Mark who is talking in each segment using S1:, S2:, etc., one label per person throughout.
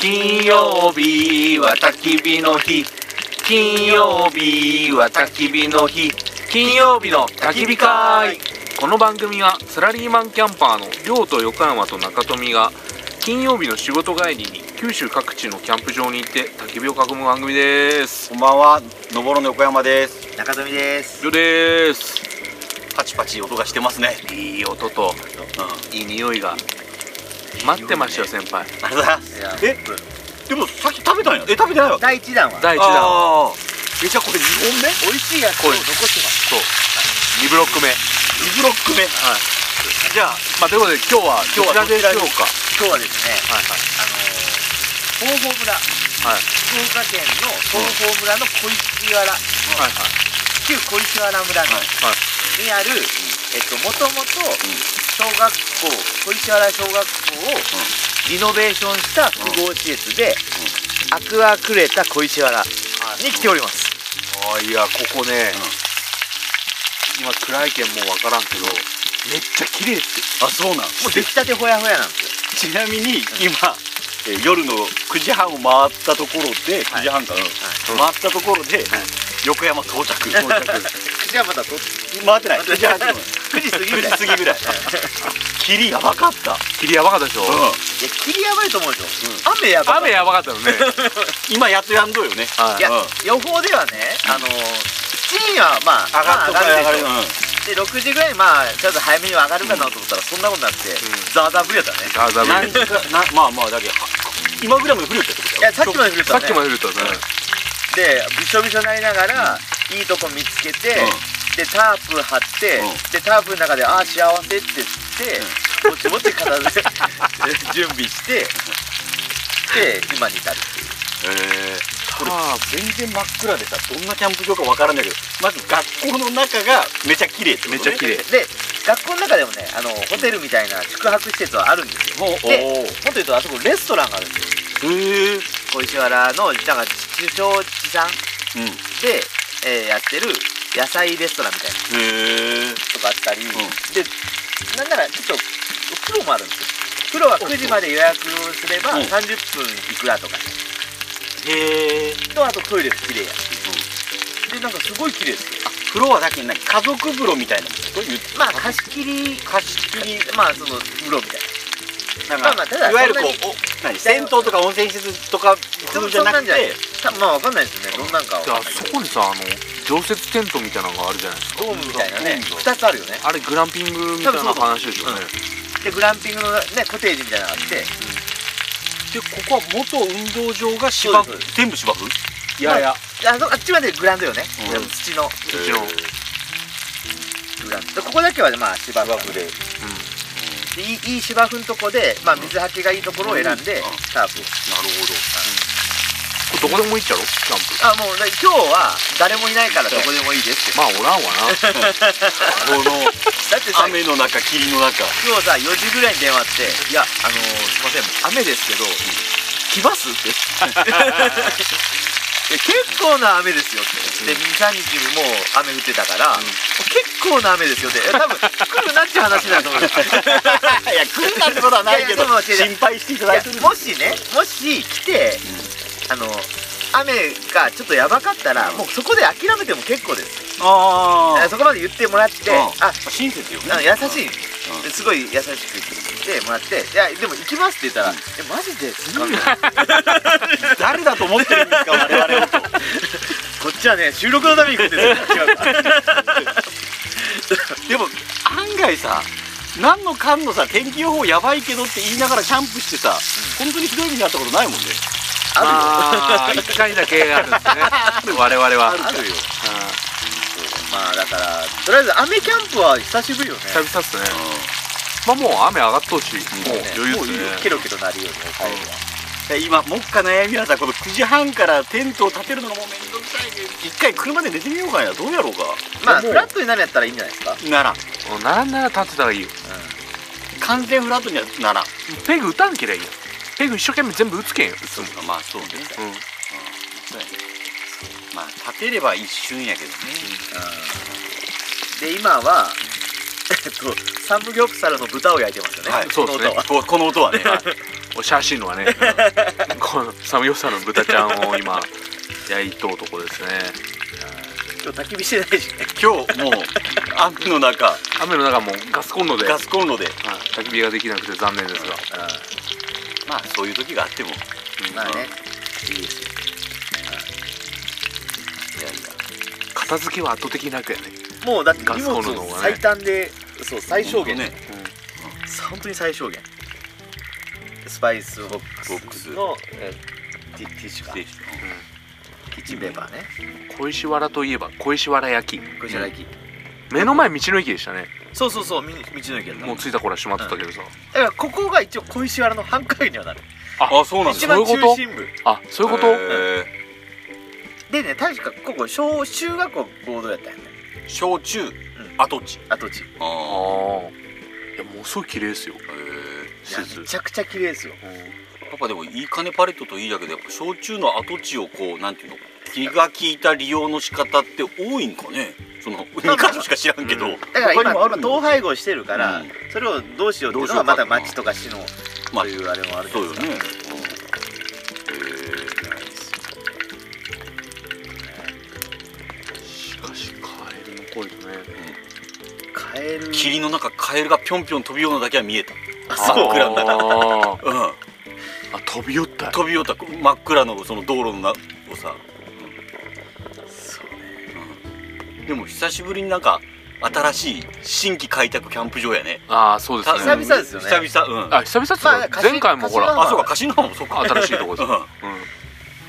S1: 金曜日は焚き火の日金曜日は焚き火の日金曜日の焚き火会この番組はサラリーマンキャンパーの亮と横山と中富が金曜日の仕事帰りに九州各地のキャンプ場に行って焚き火を囲む番組です
S2: こんばんは、のぼろの横山です。
S3: 中富です。
S1: 亮です
S2: パチパチ音がしてますね。
S1: いい音と
S2: うん、あ
S1: いい匂いが待ってましたよ先輩
S2: りがとうございます。
S3: いや
S2: え、でもさっき食べたんや。え、食べてないわけ。
S3: 第一弾は
S1: 第1弾
S2: あーえ、じゃあこれ二本目？
S3: 美味しいやつを残してます。
S1: そう2ブロック目
S2: 二ブロック目。
S1: じゃあ、まあ、ということで今日は
S2: 今日は
S1: どちらでしょうか
S3: 今日はですね、
S1: はいはい
S3: あのー、東峰村、
S1: はい
S3: 福岡県の東峰村の小石原、
S1: はいはい
S3: 旧小石原村
S1: は
S3: の、
S1: い
S3: にある、えっと、もともと小学校、小石原小学校をリノベーションした複合施設で、アクアクレタ小石原に来ております。
S1: ああいやここね、今暗いけんもうわからんけどめっちゃ綺麗って
S2: あ、そうなん。
S3: もう出来たてほやほやなんですよ。
S2: ちなみに今、えー夜の9時半を回ったところで、9
S3: はい
S2: 時半かな、
S1: は
S2: 回ったところで、横山到着
S1: 到着
S3: じゃあまたと、
S2: 回ってない
S3: 9
S2: 9時半9
S3: 時過ぎぐらい。
S2: 時過ぎぐらい 霧やばかった、
S1: 霧やばかったでしょ、
S3: いや、霧やばいと思うでしょ。雨やばかった
S1: 雨やばかったよね
S2: 今やっとやんどよね
S1: はい
S3: いや、
S2: うん
S3: 予報ではね、あのー、7時はまあ、
S2: 上がっと
S3: まあ
S2: か上がる
S3: でし
S2: う
S3: ょ
S2: ん
S3: で、6時ぐらい、まあ、ちょっと早めには上がるかなと思ったら、そんなことになって、ザーザー降りやったね。
S1: ザーザー降
S2: 何
S1: り
S2: 時かなまあまあだけど今ぐらいまで降るってこと
S3: い
S2: だよ
S3: や、さっきまで降り
S1: さっ
S3: た
S1: きま
S3: ね。
S1: で降りたね、
S3: で、びしょびしょになりながら、いいとこ見つけて、で、タープ張って
S2: うん、
S3: で、タープの中で、ああ、幸せって言って、もちもち片付け、準備して、 で、今に至るっていう。
S2: へえこれ
S1: あ
S2: 全然真っ暗でさどんなキャンプ場かわからんだけどまず学校の中がめちゃ綺麗ってことね
S1: めちゃ綺麗
S3: で、学校の中でもね、あの、ホテルみたいな宿泊施設はあるんですよ。
S2: もう
S3: で
S2: お
S3: もっと言うと、あそこレストランがあるんですよ
S2: おへえうん
S3: 小石原のなんか首相地さんで、えーやってる野菜レストランみたいな
S2: へえ
S3: とかあったり、
S2: ん
S3: でなんならちょっとプロもあるんですよプロは9時まで予約をすれば
S2: うん
S3: 30分いくらとかね
S2: へえ
S3: とあとトイレも綺麗やし、でなんかすごい綺麗ですよ
S2: 風呂はだけなんか家族風呂みたいなもんこれ言って
S3: まあ貸し切り
S2: 貸し切り
S3: まあその風呂みたい
S2: なん
S3: ま
S2: か、
S3: あまあただ
S2: いわゆるこ
S3: そんな
S2: うお何銭湯とか温泉施設とかそ
S3: そ
S2: うじゃなくて
S3: そんなんなたまあわかんないですよねどんなんかは
S1: じゃ
S3: わか
S1: あ
S3: んな
S1: そ
S3: いけど
S1: こにさあの常設テントみたいなのがあるじゃないですか
S3: ドームみたいなね
S2: そう
S3: 2つあるよね
S1: あれグランピングみたいな話でしょうね、
S3: でグランピングのねコテージみたいなのがあって
S2: でここは元運動場が
S3: 芝生
S2: 全部芝生い
S3: やい
S2: や
S3: あそあっちまでグラウンドよね、
S2: うん
S3: 土の
S1: そっちの、
S3: グラウンドでここだけはまあ芝生
S2: で
S3: でいいいい芝生のとこで、まあ、水はけがいいところを選ん
S2: う
S3: で、
S2: ん
S3: タープを
S2: なるほど
S1: これどこでもいいっちゃろキャンプ
S3: あもうだ今日は誰もいないからどこでもいいですって
S1: まあおらんわな
S2: この
S3: だってさ今
S2: 雨の中霧の中
S3: 日さ4時ぐらいに電話あって「いやあのー、すいません雨ですけど来ま す?」っていや結構な雨ですよってで23日もう雨降ってたから、結構な雨ですよっていや多分来るなっていう話だ と思う
S2: いや来るなんてことはないけど
S3: いやいやでも違う違う
S2: 心配していた
S3: い
S2: だ
S3: や
S2: いてる
S3: もしねもし来て、あの雨がちょっとやばかったら、もうそこで諦めても結構です、
S2: あ
S3: そこまで言ってもらって、
S2: うん
S3: あ
S2: あ親切よね
S3: あの優しい、
S2: うん
S3: ですごい優しく言ってもらって「いやでも行きます」って言ったら
S2: う
S3: 「
S2: ん
S3: えマジですか?」
S2: 誰だと思ってるんですか我々をと
S3: こっちはね収録のために行くんですよ違うから
S2: でも案外さ何のかんのさ天気予報やばいけどって言いながらキャンプしてさ、本当にひどい目にあったことないもんね
S3: あ
S1: ああ一回だけあるんですね 我々は
S3: るよあ
S1: う
S3: るよ
S1: ん
S3: まあだからとりあえず雨キャンプは久しぶりよね
S1: 久々っすね、まあもう雨上がっとうし、もう余裕っ
S3: もう
S1: す
S3: いい
S1: ね
S3: よケロケロなるよね帰るは
S2: で今目下悩みはさこの9時半からテントを立てるのがもうめんどくさいけど一回車で寝てみようかなどうやろうか
S3: まあ
S2: もう
S3: フラットになるんやったらいいんじゃないですか、
S2: ならん
S1: うん並んだら立ってたらいいよ
S2: 完全フラットにはならん
S1: ペグ打たんけりゃいいよペグ一生懸命全部打つけんよ打つもん
S2: まあそうね
S1: うん
S2: そうやねまあ立てれば一瞬やけどね
S3: で今はえっとサムギョプサルの豚を焼いてますよね、
S2: はい
S1: そうですね
S3: この音
S2: こ
S3: は
S2: この音はね
S1: お写真はねこのサムヨサの豚ちゃんを今焼いとうとこですね
S3: 今日焚き火してないしね
S2: 今日もう雨の中
S1: 雨の中もうガスコンロで、は
S2: ガ
S1: い、
S2: スコンロで
S1: 焚き火ができなくて残念ですが、
S2: まあそういう時があってもいや
S1: うん
S3: まあねいいですよ
S2: いや
S1: 片付けは圧倒的に楽やね、
S3: もうだって荷
S1: ガスコ
S3: 物
S1: ンロの方がね
S3: 最短でそう最小限
S2: ほんと
S3: 本当に最小限スパイスボ
S2: ボ
S3: ッ
S2: ッ
S3: ク
S2: ク
S3: ス
S2: ス
S3: のえティティッシュか
S2: で
S3: キッチンペーパーね
S1: 小石原といえば小石原焼き
S3: これじゃないき
S1: 目の前道の駅でしたね
S3: そうそうそうみ道の駅だった
S1: もう着いた頃は閉まってたけどさ、
S3: だからここが一応小石原の繁華街にはなる
S2: あそうなんだ
S3: 一
S1: そういう
S3: 番
S1: こと
S3: 中心部
S1: あそういうこと、
S2: え
S3: でね確かここ小中学校合同やったよね
S2: ー焼酎跡地
S3: 跡地い
S2: あ
S1: あ
S2: あ
S1: あいやもうすごい綺麗ですよ施
S3: や
S1: 設
S3: めちゃくちゃ綺麗ですよ
S2: やっぱでもいい金パレットといいだけどやっぱ焼酎の跡地をこうなんていうの気が利いた利用の仕方って多いんかねその2か所しか知らんけど、
S1: うん
S3: だから
S2: 他
S3: 今
S2: にもある
S3: 今
S2: んだ
S3: 統廃合してるから、
S2: うん
S3: それをどうしようっていうのはまだ町とか市の
S2: まあ
S3: というあれもあるじゃ
S2: そう
S3: ない
S2: よ
S3: です
S2: ね
S3: か、、
S1: しかしカエルの声とね
S3: カエル
S2: 霧の中カエルがぴょんぴょん飛びようなだけは見えた
S3: あそう
S2: 暗く
S1: あー
S2: うん
S1: あ飛び寄った
S2: 飛びよった真っ暗のその道路のなをさ、
S3: そう
S2: うんでも久しぶりになんか新しい新規開拓キャンプ場やね
S1: ああそうで
S2: た
S1: すね
S3: 久々ですよね
S2: 久々うんあ
S1: あ久々っつうか
S3: まあ
S1: 前回もほら
S3: 柏
S2: そうかカシノ浜もそっか
S1: 新しいとこです
S2: うん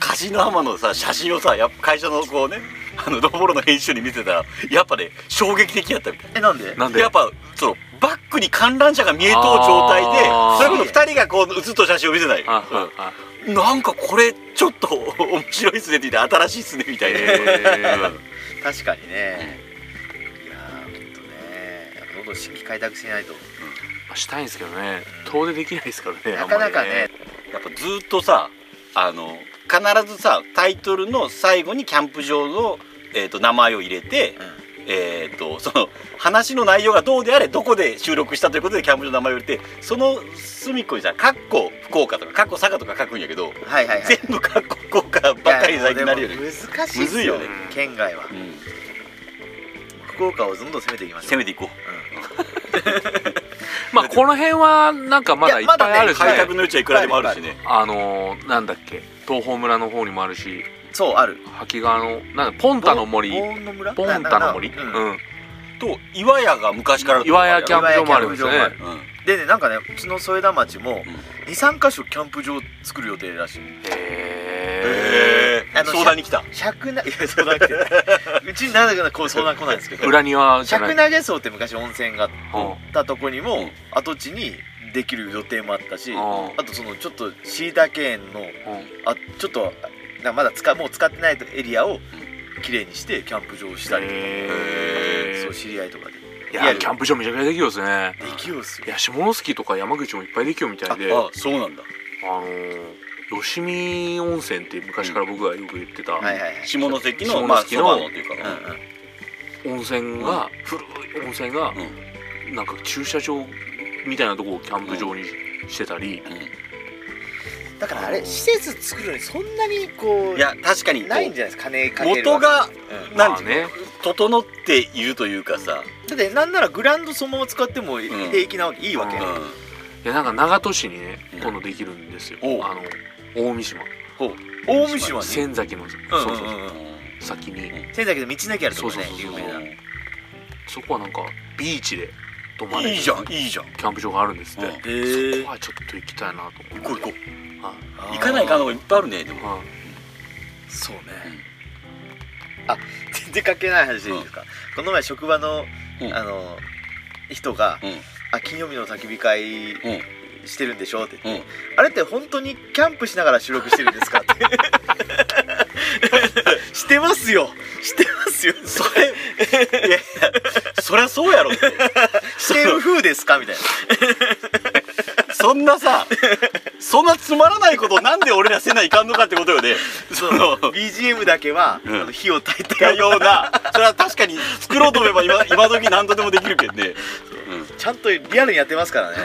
S2: カシノ浜のさ写真をさやっぱ会社のこうねあのドボロの編集に見てたらやっぱね衝撃的やったみたい
S3: えなんで
S1: なんで
S2: やっぱそのバックに観覧車が見えとう状態で
S1: あー
S2: それこそ2人がこう写っとる写真を見せない、
S1: あああ
S2: うんなんかこれちょっと面白いっすねって言って新しいっすねみたいな、
S1: え
S3: 確かにね、いやーほんとねやっぱどんどん新規開拓しないと
S1: ーしたいんですけどね遠出できないですからね
S3: なかなかね
S2: やっぱずっとさあの必ずさタイトルの最後にキャンプ場の、えー、と名前を入れて、えー、とその話の内容がどうであれどこで収録したということでキャンプ場の名前を入れてその隅っこにさ「かっこ福岡」とか「かっこ佐賀」とか書くんやけど
S3: はいはいはい
S2: 全部「かっこ福岡」ばっかり最近なるよ
S3: いや
S2: ね
S3: で。も難しいっ
S2: むず
S3: す
S2: い
S3: よ
S2: よ
S3: ね
S2: ね
S3: 県外は
S2: うん
S3: 福岡をどんどん攻めていきましょう
S2: 攻めていこう
S1: まあこの辺はなんかまだいっぱいあるし
S2: 開
S1: ね
S2: 拓の余地はいくらでもあるしね
S1: あのーなんだっけ東峰村の方にもあるし
S3: うんそうある
S1: 滝川のなんだポンタの森
S3: ボーンの村
S1: ポンタの森
S3: な
S1: う
S3: ななんうん
S1: ん
S2: と岩屋が昔からのとこ
S1: 岩屋キャンプ場もあるんですよ
S3: 岩屋キャン
S1: ね
S3: プ
S2: うん
S3: でねなんかねうちの添田町も23箇所キャンプ場作る予定らしい
S1: へ
S2: へえ
S3: あの
S2: 相談に来た
S3: 100ない や相談来てないうちになぜかこう相談来ないんですけ
S1: え
S3: ど
S1: 裏庭じゃな
S3: 百
S1: い
S3: 投げ荘って昔温泉があったとこに
S2: う
S3: も
S2: ん
S3: 跡地にできる予定もあったしあ
S1: あ
S3: とそのちょっとシータ園の
S1: あうん
S3: あちょっとなまだ使もう使ってないエリアをきれいにしてキャンプ場をしたりとか
S1: へー
S3: そう知り合いとかで
S1: い
S3: リア
S1: や
S3: ル
S1: キャンプ場めちゃくちゃできるんですね
S3: できようっすよ
S1: いや下関とか山口もいっぱいできるみたいであ
S2: あそうなんだ
S1: のー吉見温泉って昔から僕がよく言ってた
S3: はいはいはい
S2: 下関
S1: 下
S2: の
S1: 関
S2: まあ
S1: の
S2: そばのっていうか
S3: うんうん
S1: 温泉が古い温泉がなんか駐車場みたいなとこをキャンプ場にしてたり
S2: うん
S3: だからあれ施設作るのにそんなにこう
S2: いや確かにこう
S3: ないんじゃないですか金かける
S2: 元が
S3: うん
S2: なん
S1: ま
S2: て
S1: あ
S2: いう
S1: ね
S2: の整っているというかさ
S3: だってなんならグラウンドそのまま使っても
S2: ん
S3: 平気なわけいいわけ
S1: うん
S2: う
S3: は
S2: ん
S1: いやなんか長門市にね
S2: うん
S1: 今度できるんですよ
S2: おう
S1: あの大三島
S3: 大三島に
S1: 仙崎のそう
S3: うん
S1: そう
S3: う
S1: そうん
S3: うん
S1: 先に
S3: 仙台けど道の駅あるとこね
S1: そうそう
S3: 有
S1: そうそう
S3: 名な
S1: そこはなんかビーチで泊
S2: う
S1: ま
S2: ん
S1: れる
S2: いいじゃんいいじゃん
S1: キャンプ場があるんですって
S2: うん
S1: そ
S3: へ
S1: こはちょっと行きたいなと思って
S2: 行こう行こ
S1: はいう
S2: 行かないかのがいっぱいあるねでも
S1: は
S3: そうね、あ全然関係ない話でいいですか、この前職場の、
S2: うん
S3: あの人が、
S2: うん
S3: あ金曜日の焚き火会
S2: うん
S3: してるんでしょって言って、
S2: うん
S3: あれって本当にキャンプしながら収録してるんですかって してますよしてますよ
S2: それいやいやそりゃそうやろって
S3: してる風ですかみたいな
S2: そんなさそんなつまらないことをなんで俺らせないかんのかってことよねその
S3: BGM だけは、
S2: うん
S3: あの火を焚い
S2: いや
S3: たよ
S2: ようなそれは確かに作ろうと思えば今今時何度でもできるけどね、
S3: ちゃんとリアルにやってますからね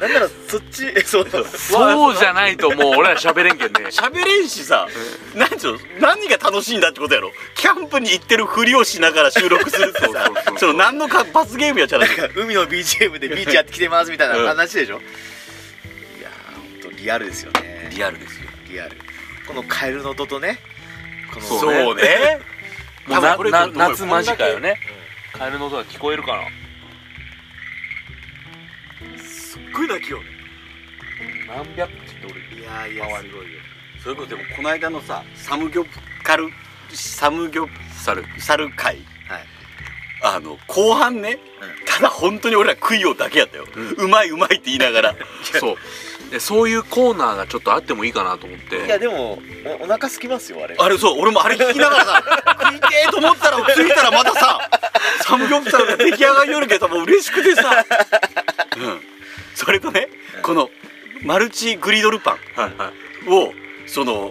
S3: なんならそっちそうそう
S1: そうじゃないともう俺ら喋れんけんね
S2: 喋れんしさ何ちょ何が楽しいんだってことやろキャンプに行ってるふりをしながら収録するって
S1: そう
S2: さ
S1: そうそう
S2: その何のか罰ゲームやっちゃう
S3: なんか海の BGM でビーチやってきてますみたいな話でしょ、いやーほんとリアルですよね
S2: リアルですよ
S3: リアルこのカエルの音とねこの
S1: そうね
S2: ね
S1: もう
S2: 多分
S1: な
S2: これ
S1: な
S2: これこれ
S1: 夏間近よねカエルの音が聞こえるかな
S3: すっごい泣きよね
S1: 何百匹っておる
S3: いやいやすごいよ
S2: それこそでもこの間のさサムギョプカルサムギョ
S1: 猿
S2: サル会
S3: はい
S2: あの後半ね、ただ本当に俺ら食いようだけやったよ、うまいうまいって言いながら
S1: そうでそういうコーナーがちょっとあってもいいかなと思っ
S3: いや
S1: て
S3: でもおお腹空きますよあれ
S2: あれそう俺もあれ聞きながらさ食いてえと思ったら着いたらまたさサムギョプサルが出来上がりよるけどもう嬉しくてさ、うん、それとね、このマルチグリドルパン
S1: はいはい
S2: をその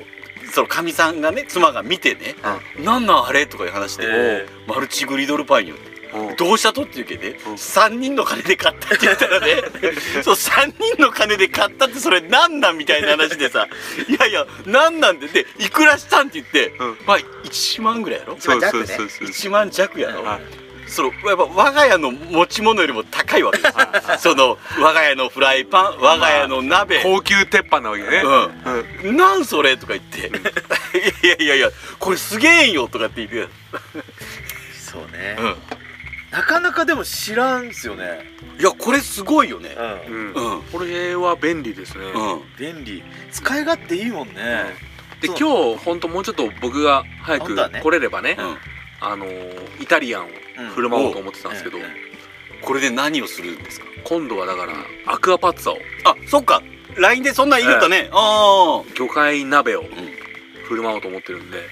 S2: そのかみさんがね妻が見てね「なんなんあれ?」とかいう話で、
S1: え
S2: マルチグリドルパンよ」
S1: うん
S2: どうしたとっていうけどね、
S1: うん
S2: 3人の金で買ったって言ったらね そう3人の金で買ったってそれなんなんみたいな話でさ「いやいやなんなんで」でいくらしたんって言って、
S1: うん
S2: まあ1万ぐらいやろ
S3: そうそうそう
S1: そ
S2: 1万弱やろ、
S1: はい
S2: そのやっぱ我が家の持ち物よりも高いわけですよその我が家のフライパン我が家の鍋、
S1: 高級鉄板なわけね
S2: うん
S1: うん
S2: なんそれとか言って、 いやいやいやこれすげえんよとかって言って、
S3: そうね、
S2: う
S3: なかなかでも知らんっすよね
S2: ん、いやこれすごいよね
S3: うん
S2: うんうん、
S1: これは便利ですね、
S3: 便利使い勝手いいもんね
S1: で
S3: そう
S1: 今日本当もうちょっと僕が早
S3: 本
S1: く
S3: 当はね
S1: 来れればね
S2: うん
S1: あのーイタリアンを振る舞おうと思ってたんですけど、
S3: うんうん
S2: これで何をするんですか
S1: 今度はだからアクアパッツァを
S2: あそっか LINE でそんなん言いよったね、あ
S1: 魚介鍋を
S2: あう
S1: 振る舞おうと思ってるんで
S2: んうん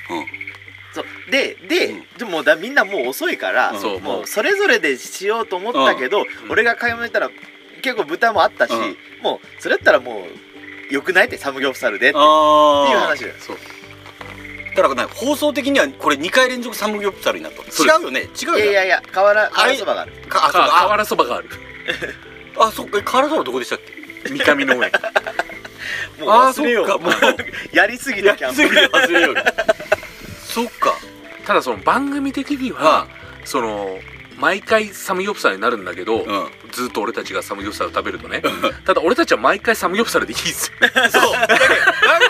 S3: そうでで、
S2: うん
S3: でもだみんなもう遅いから、
S2: うん
S1: そう
S3: も
S1: も
S3: うそれぞれでしようと思ったけど、
S1: ん
S3: 俺が買い物行ったら結構豚もあったし、
S2: うん
S3: もうそれやったらもうよくないってサムギョプサルでっていう
S2: ああ
S3: 話だよ
S1: うそう
S2: だからね放送的にはこれ2回連続サムギョプサルになった
S1: そうです
S2: 違うよね違うよ
S3: い
S2: ね
S3: やいやいや瓦
S2: あれ
S3: 瓦そばがある
S2: かあ
S1: あ
S2: そうか
S1: 瓦そばがある
S2: ああそっかえカラダはどこでしたっけ
S1: 三上の上
S3: もう
S2: あー
S3: 忘れよう
S2: そっかもう
S3: やりすぎたキャンプ
S2: 次で忘れようよそっか
S1: ただその番組的にはその毎回サムギョプサルになるんだけど、
S2: うん
S1: ずっと俺たちがサムギョプサル食べるとねただ俺たちは毎回サムギョプサルでいいっすよ
S2: そうだけど番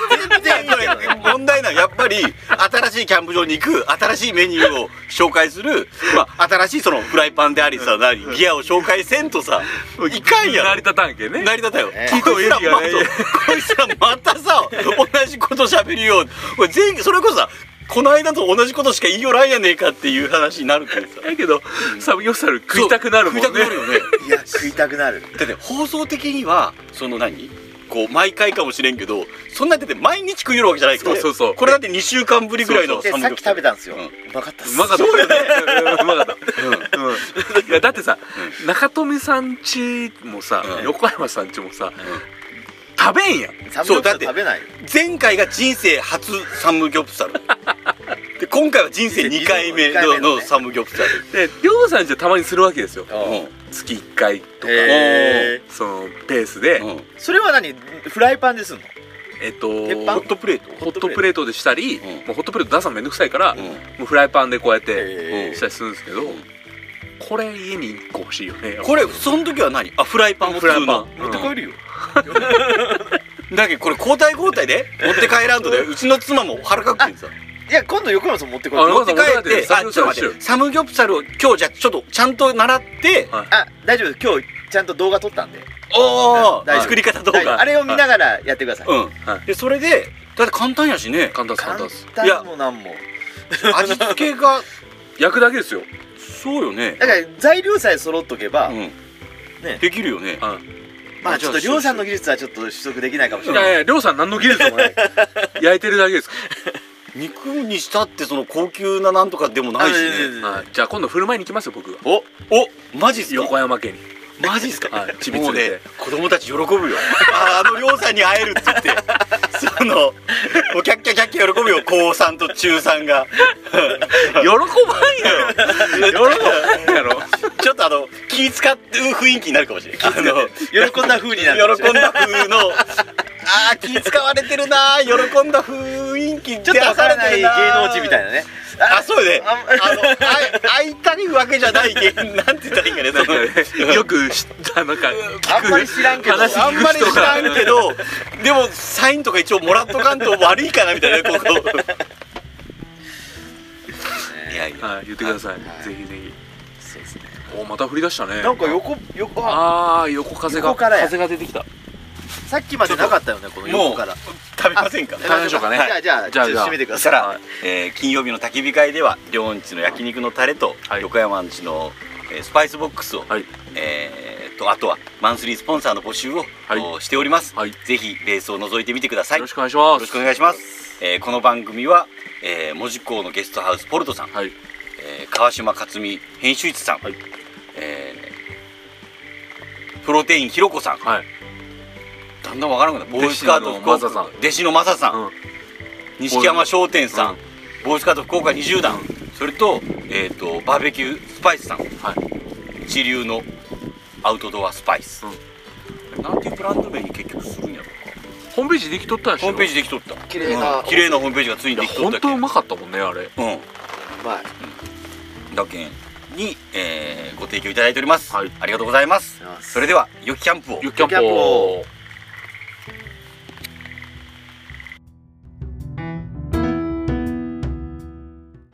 S2: 組で見て
S3: 全然いいけど
S2: これ問題なのはやっぱり新しいキャンプ場に行く新しいメニューを紹介する、まあ、新しいそのフライパンでありさ何ギアを紹介せんとさいかんやろ
S1: 成り立たんけんね
S2: 成り立たよ。
S3: ね
S2: 聞いてもいい
S1: こいつらまた
S2: こいつらまたさ、同じこと喋るよ。これ前それこそさ、この間と同じことしか言いよらんやねえかっていう話になるけどさ。
S1: だけど、サムギョプサル食いたくなるもんね
S2: そう食いたくなるよね。
S3: いや食いたくなる
S2: だって放送的には、その何こう、毎回かもしれんけど、そんなだって毎日食いよるわけじゃないから。
S1: そうそうそう
S2: これだって2週間ぶりぐらいの
S3: で
S2: サム
S3: さ
S2: ギョ
S3: っ
S2: プ
S3: き
S2: サル
S3: 食べたんですよ、
S2: う
S3: うんまかったっ
S1: う
S3: す
S1: まかった
S2: そうだ
S1: うんうまか ったうんいやだってさ中富さんちもさ
S2: うん
S1: 横山さんちもさ食べんやん
S3: サムギョプサ
S2: そうだっ
S3: ル
S2: て
S3: 食べないよ
S2: 前回が人生初サムギョプサル。で、今回は人生2回目
S3: 二回目の
S2: の
S3: ね
S2: サムギョプサル。
S1: でりょうさんちはたまにするわけですよ
S2: うん
S1: 月1回とか
S3: へ
S1: そのペースで
S2: うん
S3: それは何フライパンですんの
S1: えっと
S3: 鉄板
S2: ホットプレート
S1: ホットプレートでしたり
S2: うん
S1: もうホットプレート出すのめんどくさいから
S2: うん
S1: もうフライパンでこうやって
S3: へ
S1: したりするんですけどこれ家に1個欲しいよね
S2: これその時は何あフライパン普
S1: フラ
S2: 通
S1: イパ
S2: の
S1: ン
S3: 持って帰るよ、
S2: だけどこれ交代交代で持って帰らんとでうちの妻も腹かくってんさ
S3: いや今度横山さん持ってこい
S1: あ
S2: 持
S1: の
S2: って帰って
S1: サ
S2: あち
S1: ム
S2: ょ
S1: ギョプサル
S2: っと待ってサムギョプサルを今日じゃあちょっとちゃんと習って
S1: はい
S3: あ大丈夫です今日ちゃんと動画撮ったんで
S2: おお
S3: 大丈夫
S2: 作り方どう
S3: 大丈夫
S2: か
S3: あれを見ながらやってください、
S2: う
S1: は
S2: んでそれでだって簡単やしね
S1: 簡単です簡
S3: 簡
S1: 単です
S3: 単もなんも
S2: 味付けが
S1: 焼くだけですよ
S2: そうよね
S3: だから材料さえ揃っとけば、
S2: う
S3: ね
S2: んできるよね
S1: うん
S3: まあ
S2: あじ
S3: ちょ
S2: ゃあ
S3: っと亮さんの技術はちょっと取得できないかもしれ
S1: い
S3: ない、
S1: やいや、りょうさん何の技術もない。焼いてるだけですか
S2: 肉にしたってその高級ななんとかでもないし
S3: あ全
S2: ね
S3: 然
S1: ら。はいじゃあ今度振る舞いに行きますよ、僕が。
S2: おおマジっすか
S1: 横山家に。
S2: マジっすか
S1: はいちびつ
S2: も
S1: れ
S2: う
S1: て
S2: ね子供たち喜ぶよああのりょうさんに会えるって って言ってそのもうキャッキャキャッキャ喜ぶよ高3と中3が
S1: 喜ばんやろ喜ばんやろ
S2: ちょっとあの気使ってる雰囲気になるかもしれないあの
S3: 喜んだ風になる
S2: 喜んだ風のあー気使われてるなー喜んだ雰囲気
S3: ちょっとわからない芸能人みたい
S2: な
S3: なね
S2: あそうよね
S3: あ
S2: あのあい会いたいわけじゃない芸人なんて言ったらいい かねその
S1: よく知ったなんか
S3: あんまり知らんけど
S1: 話
S2: あんまり知らんけ
S1: 聞
S2: どでもサインとか一応もらっとかんと悪いかなみたいなここいやいや
S1: はい言ってください、
S3: はい
S1: ぜひぜひ
S3: そうですね
S1: おまた降り出したね
S3: なんか横横あ
S1: ああ横風が
S3: 横からや
S1: 風が出てきた
S3: さっきまでなかったよねこ
S2: も
S3: の横
S2: う
S3: から
S2: 食べませんか
S1: 食べましょうかね
S3: じゃあじゃあ
S1: じゃあ
S3: ちょっと閉めてく
S2: そ
S3: だ
S2: した
S3: さい
S2: ら、えー金曜日の焚き火会では両んちの焼肉のタレと、
S1: はい
S2: 横山んちの、えースパイスボックスを、
S1: はい
S2: えーとあとはマンスリースポンサーの募集を、
S1: はい
S2: おしております、
S1: はい
S2: ぜひベースを覗いてみてください
S1: よろ
S2: よ
S1: しくお願いします
S2: ろしくお願いします、えーこの番組は、えー、文字工のゲストハウスポルトさん、
S1: はい
S2: えー川島克美編集室さん、
S1: はい
S2: えープロテインひろこさん
S1: はい
S2: だんだんわからなくなったボーイスカート福岡
S1: 弟子のマサさん
S2: 弟子のマサさん、
S1: うん
S2: 錦山商店さん、
S1: うん
S2: ボーイスカート福岡20段、それと,、えー、とバーベキュースパイスさん
S1: はい
S2: 一流のアウトドアスパイス、なんていうブランド名に結局するんやろ
S1: ホームページできとったでしょ
S2: ホームページできとった
S3: 綺麗な
S2: うん綺麗なホームページがついに
S1: いや
S2: できとっ
S1: 本
S2: たけ
S1: 当うまかったもんねあれ
S2: うん
S3: まあ
S2: だけんに、えーご提供いただいております、
S1: はい
S2: ありがとうございます
S3: ありがとうございます
S2: それでは良きキャンプを
S1: ユッキャン
S3: ユッキャン
S1: ポー
S3: ポ